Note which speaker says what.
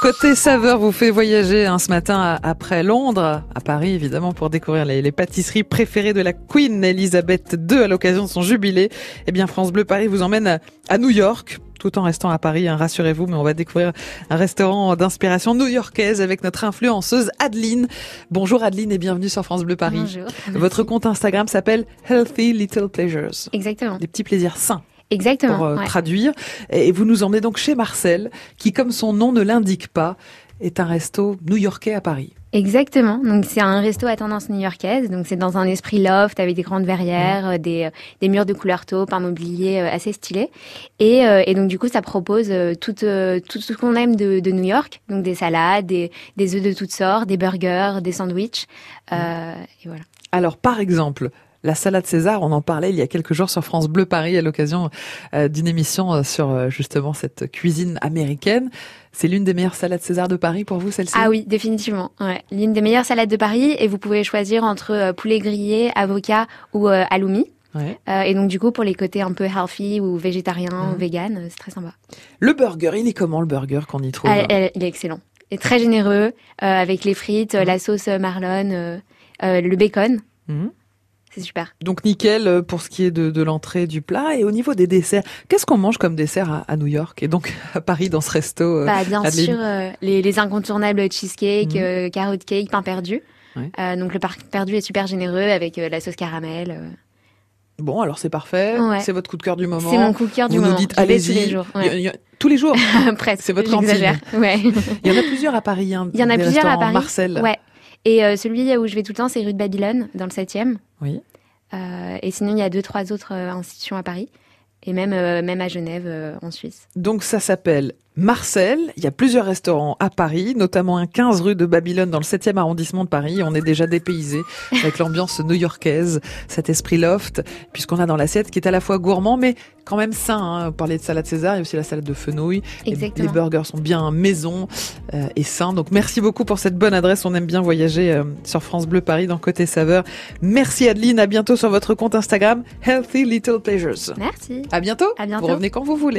Speaker 1: Côté saveur, vous fait voyager hein, ce matin à- après Londres, à Paris évidemment, pour découvrir les, les pâtisseries préférées de la Queen Elizabeth II à l'occasion de son jubilé. Eh bien, France Bleu Paris vous emmène à, à New York, tout en restant à Paris, hein, rassurez-vous, mais on va découvrir un restaurant d'inspiration new-yorkaise avec notre influenceuse Adeline. Bonjour Adeline et bienvenue sur France Bleu Paris.
Speaker 2: Bonjour.
Speaker 1: Votre compte Instagram s'appelle Healthy Little Pleasures.
Speaker 2: Exactement.
Speaker 1: Des petits plaisirs sains
Speaker 2: Exactement.
Speaker 1: pour euh,
Speaker 2: ouais.
Speaker 1: traduire. Et vous nous emmenez donc chez Marcel, qui, comme son nom ne l'indique pas, est un resto new-yorkais à Paris.
Speaker 2: Exactement. Donc c'est un resto à tendance new-yorkaise. Donc c'est dans un esprit loft avec des grandes verrières, euh, des, des murs de couleur taupe, un mobilier euh, assez stylé. Et, euh, et donc du coup ça propose euh, tout, euh, tout ce qu'on aime de, de New York. Donc des salades, des, des œufs de toutes sortes, des burgers, des sandwichs. Euh, et voilà.
Speaker 1: Alors, par exemple, la salade César, on en parlait il y a quelques jours sur France Bleu Paris à l'occasion euh, d'une émission euh, sur euh, justement cette cuisine américaine. C'est l'une des meilleures salades César de Paris pour vous, celle-ci
Speaker 2: Ah oui, définitivement. Ouais. L'une des meilleures salades de Paris et vous pouvez choisir entre euh, poulet grillé, avocat ou euh, halloumi.
Speaker 1: Ouais.
Speaker 2: Euh, et donc du coup pour les côtés un peu healthy ou végétarien
Speaker 1: Mhm.
Speaker 2: ou vegan, euh, c'est très sympa.
Speaker 1: Le burger, il est comment le burger qu'on y trouve
Speaker 2: Ah, elle- il est excellent. Il est très généreux euh, avec les frites, euh, la sauce marlonne, euh, euh, le bacon.
Speaker 1: Mhm.
Speaker 2: C'est super.
Speaker 1: Donc nickel euh, pour ce qui est de, de l'entrée du plat. Et au niveau des desserts, qu'est-ce qu'on mange comme dessert à, à New York et donc à Paris dans ce resto euh,
Speaker 2: Bah, bien
Speaker 1: Adeline.
Speaker 2: sûr, euh, les, les incontournables cheesecake,
Speaker 1: Mhm.
Speaker 2: euh, carrot cake, pain perdu.
Speaker 1: Ouais.
Speaker 2: Euh, donc le pain perdu est super généreux avec euh, la sauce caramel. euh.
Speaker 1: Bon, alors c'est parfait.
Speaker 2: Ouais.
Speaker 1: C'est votre coup de cœur du moment.
Speaker 2: C'est mon coup de cœur du
Speaker 1: Vous nous
Speaker 2: moment.
Speaker 1: dites,
Speaker 2: Je vais
Speaker 1: allez-y.
Speaker 2: tous les jours.
Speaker 1: Il y a-
Speaker 2: ouais.
Speaker 1: il y a- Tous les jours.
Speaker 2: Presque.
Speaker 1: C'est votre cantine.
Speaker 2: J'exagère. Ouais.
Speaker 1: Il y en a plusieurs à Paris. hein,
Speaker 2: Il y en a
Speaker 1: des
Speaker 2: plusieurs à
Speaker 1: restaurants
Speaker 2: Paris.
Speaker 1: Marcel.
Speaker 2: Ouais. Et euh, celui où je vais tout le temps, c'est rue de Babylone, dans le 7e.
Speaker 1: Oui.
Speaker 2: Euh, et sinon, il y a deux, trois autres euh, institutions à Paris. Et même, euh, même à Genève, euh, en Suisse.
Speaker 1: Donc ça s'appelle Marcel. Il y a plusieurs restaurants à Paris, notamment un 15 rue de Babylone dans le 7e arrondissement de Paris. On est déjà dépaysé avec l'ambiance new-yorkaise, cet esprit loft, puisqu'on a dans l'assiette qui est à la fois gourmand, mais quand même sain. Hein. Vous parlez de salade César, il y a aussi la salade de fenouil. Les-
Speaker 2: Exactement.
Speaker 1: Les burgers sont bien maison euh, et sains. Donc merci beaucoup pour cette bonne adresse. On aime bien voyager euh, sur France Bleu Paris dans Côté Saveur. Merci Adeline. À bientôt sur votre compte Instagram Healthy Little Pleasures.
Speaker 2: Merci.
Speaker 1: À bientôt.
Speaker 2: À bientôt.
Speaker 1: Vous revenez quand vous voulez.